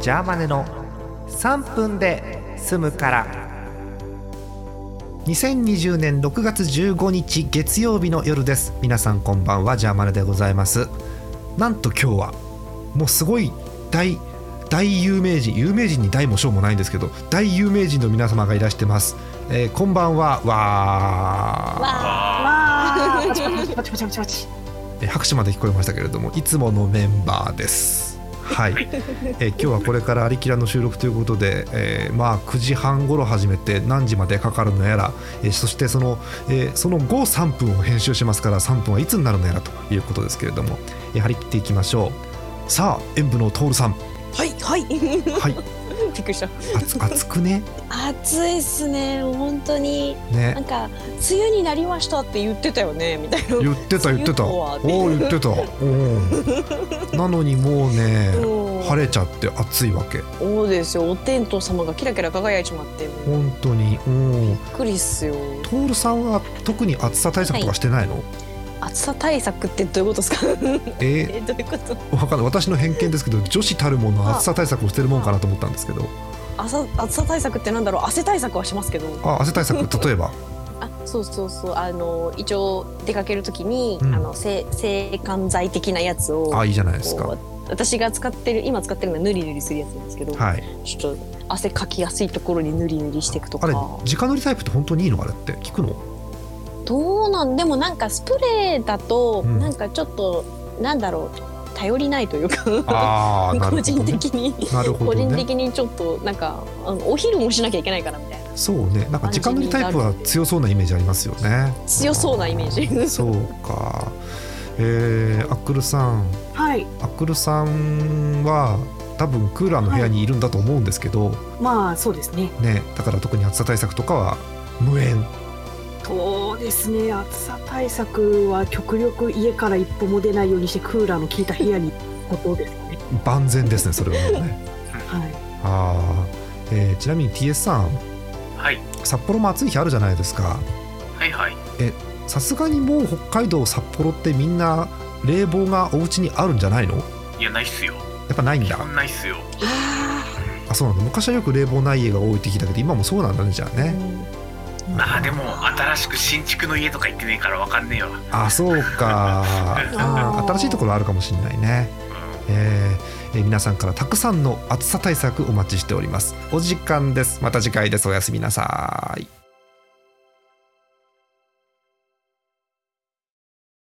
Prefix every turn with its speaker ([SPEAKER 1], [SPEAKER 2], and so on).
[SPEAKER 1] ジャーマネの3分で済むから2020年6月15日月曜日の夜です皆さんこんばんはジャーマネでございますなんと今日はもうすごい大大有名人有名人に大も小もないんですけど大有名人の皆様がいらしてます、えーこんばんはわー
[SPEAKER 2] わー
[SPEAKER 3] パチパチパチパチパチパチ。
[SPEAKER 1] えー拍手まで聞こえましたけれどもいつものメンバーです。はい、 えー今日はこれから「ありきら」の収録ということで、えーまあ9時半頃始めて何時までかかるのやら、えーそしてその、えーその後3分を編集しますから3分はいつになるのやらということですけれども、えー張り切っていきましょうさあ演舞の徹さん
[SPEAKER 2] はいはい。
[SPEAKER 1] はい
[SPEAKER 3] びっくりした。
[SPEAKER 1] 熱熱くね
[SPEAKER 2] 暑いっすね。本当にな
[SPEAKER 1] ね
[SPEAKER 2] んか梅雨になりましたって言ってたよねみたいな。
[SPEAKER 1] 言ってた言ってた
[SPEAKER 2] 梅雨と
[SPEAKER 1] お
[SPEAKER 2] は
[SPEAKER 1] おー言ってたおーなのにもうね
[SPEAKER 2] うん
[SPEAKER 1] 晴れちゃって暑いわけ
[SPEAKER 2] そうですよ。お天道様がキラキラ輝いちまってもうびっ
[SPEAKER 1] 本当にうん
[SPEAKER 2] くりっすよ。
[SPEAKER 1] トールさんは特に暑さ対策とかしてないの、
[SPEAKER 2] 暑さ対策ってどういうことですか。
[SPEAKER 1] え
[SPEAKER 2] え どういうこと。
[SPEAKER 1] ー、わかんない私の偏見ですけど女子たるもの暑さ対策をしてるもんかなと思ったんですけど
[SPEAKER 2] 朝暑さ対策ってなんだろう。汗対策はしますけど。
[SPEAKER 1] あ汗対 策例えば
[SPEAKER 2] あそうそうそうあの一応出かけるときに、
[SPEAKER 1] うん
[SPEAKER 2] あの制制汗剤的なやつを。
[SPEAKER 1] あいいじゃないです
[SPEAKER 2] こ
[SPEAKER 1] か
[SPEAKER 2] う私が使ってる今使ってるのはぬりぬりするやつなんですけど、
[SPEAKER 1] はい
[SPEAKER 2] ちょっと汗かきやすいところにぬりぬりしていくと
[SPEAKER 1] あ
[SPEAKER 2] か
[SPEAKER 1] れ直塗りタイプって本当にいいのあれって聞くの
[SPEAKER 2] どうなんでもなんかスプレーだと
[SPEAKER 1] うん
[SPEAKER 2] なんかちょっと、なんだろう頼りないというか、
[SPEAKER 1] ああ なるほ
[SPEAKER 2] 個
[SPEAKER 1] ど
[SPEAKER 2] 人
[SPEAKER 1] ね
[SPEAKER 2] 的に、
[SPEAKER 1] なるほど
[SPEAKER 2] 個人
[SPEAKER 1] ね
[SPEAKER 2] 的にちょっとなんかあのお昼もしなきゃいけないからみたいな
[SPEAKER 1] そうねなんか直塗りタイプは強そうなイメージありますよね
[SPEAKER 2] 強そうなイメージ
[SPEAKER 1] そうかえー、アックルさん
[SPEAKER 3] はい。
[SPEAKER 1] アックルさんは多分クーラーの部屋にいるんだと思うんですけど、
[SPEAKER 3] まあそうですね。
[SPEAKER 1] ねだから特に暑さ対策とかは無縁
[SPEAKER 3] そうですね。暑さ対策は極力家から一歩も出ないようにしてクーラーの効いた部屋に行くことですね。
[SPEAKER 1] 万全ですねそれはもう ね
[SPEAKER 3] はい。
[SPEAKER 1] あー、えーちなみに TS さん
[SPEAKER 4] はい、
[SPEAKER 1] 札幌も暑い日あるじゃないですか
[SPEAKER 4] はいはい
[SPEAKER 1] さすがにもう北海道札幌ってみんな冷房がお家にあるんじゃないのや
[SPEAKER 4] いやないっすよ
[SPEAKER 1] っぱないん
[SPEAKER 4] 基
[SPEAKER 1] だ
[SPEAKER 4] 本ないっすよ
[SPEAKER 2] あ
[SPEAKER 1] あそうなんだ昔はよく冷房ない家が多いって聞いたけど今もそうなんだねじゃあ
[SPEAKER 2] ー
[SPEAKER 1] ね、
[SPEAKER 4] ああでも新しく新築の家とか行ってねえからわかんねえわうん
[SPEAKER 1] あそうか あー新しいところあるかもしれないねえーえー皆さんからたくさんの暑さ対策お待ちしておりますお時間ですまた次回ですおやすみなさい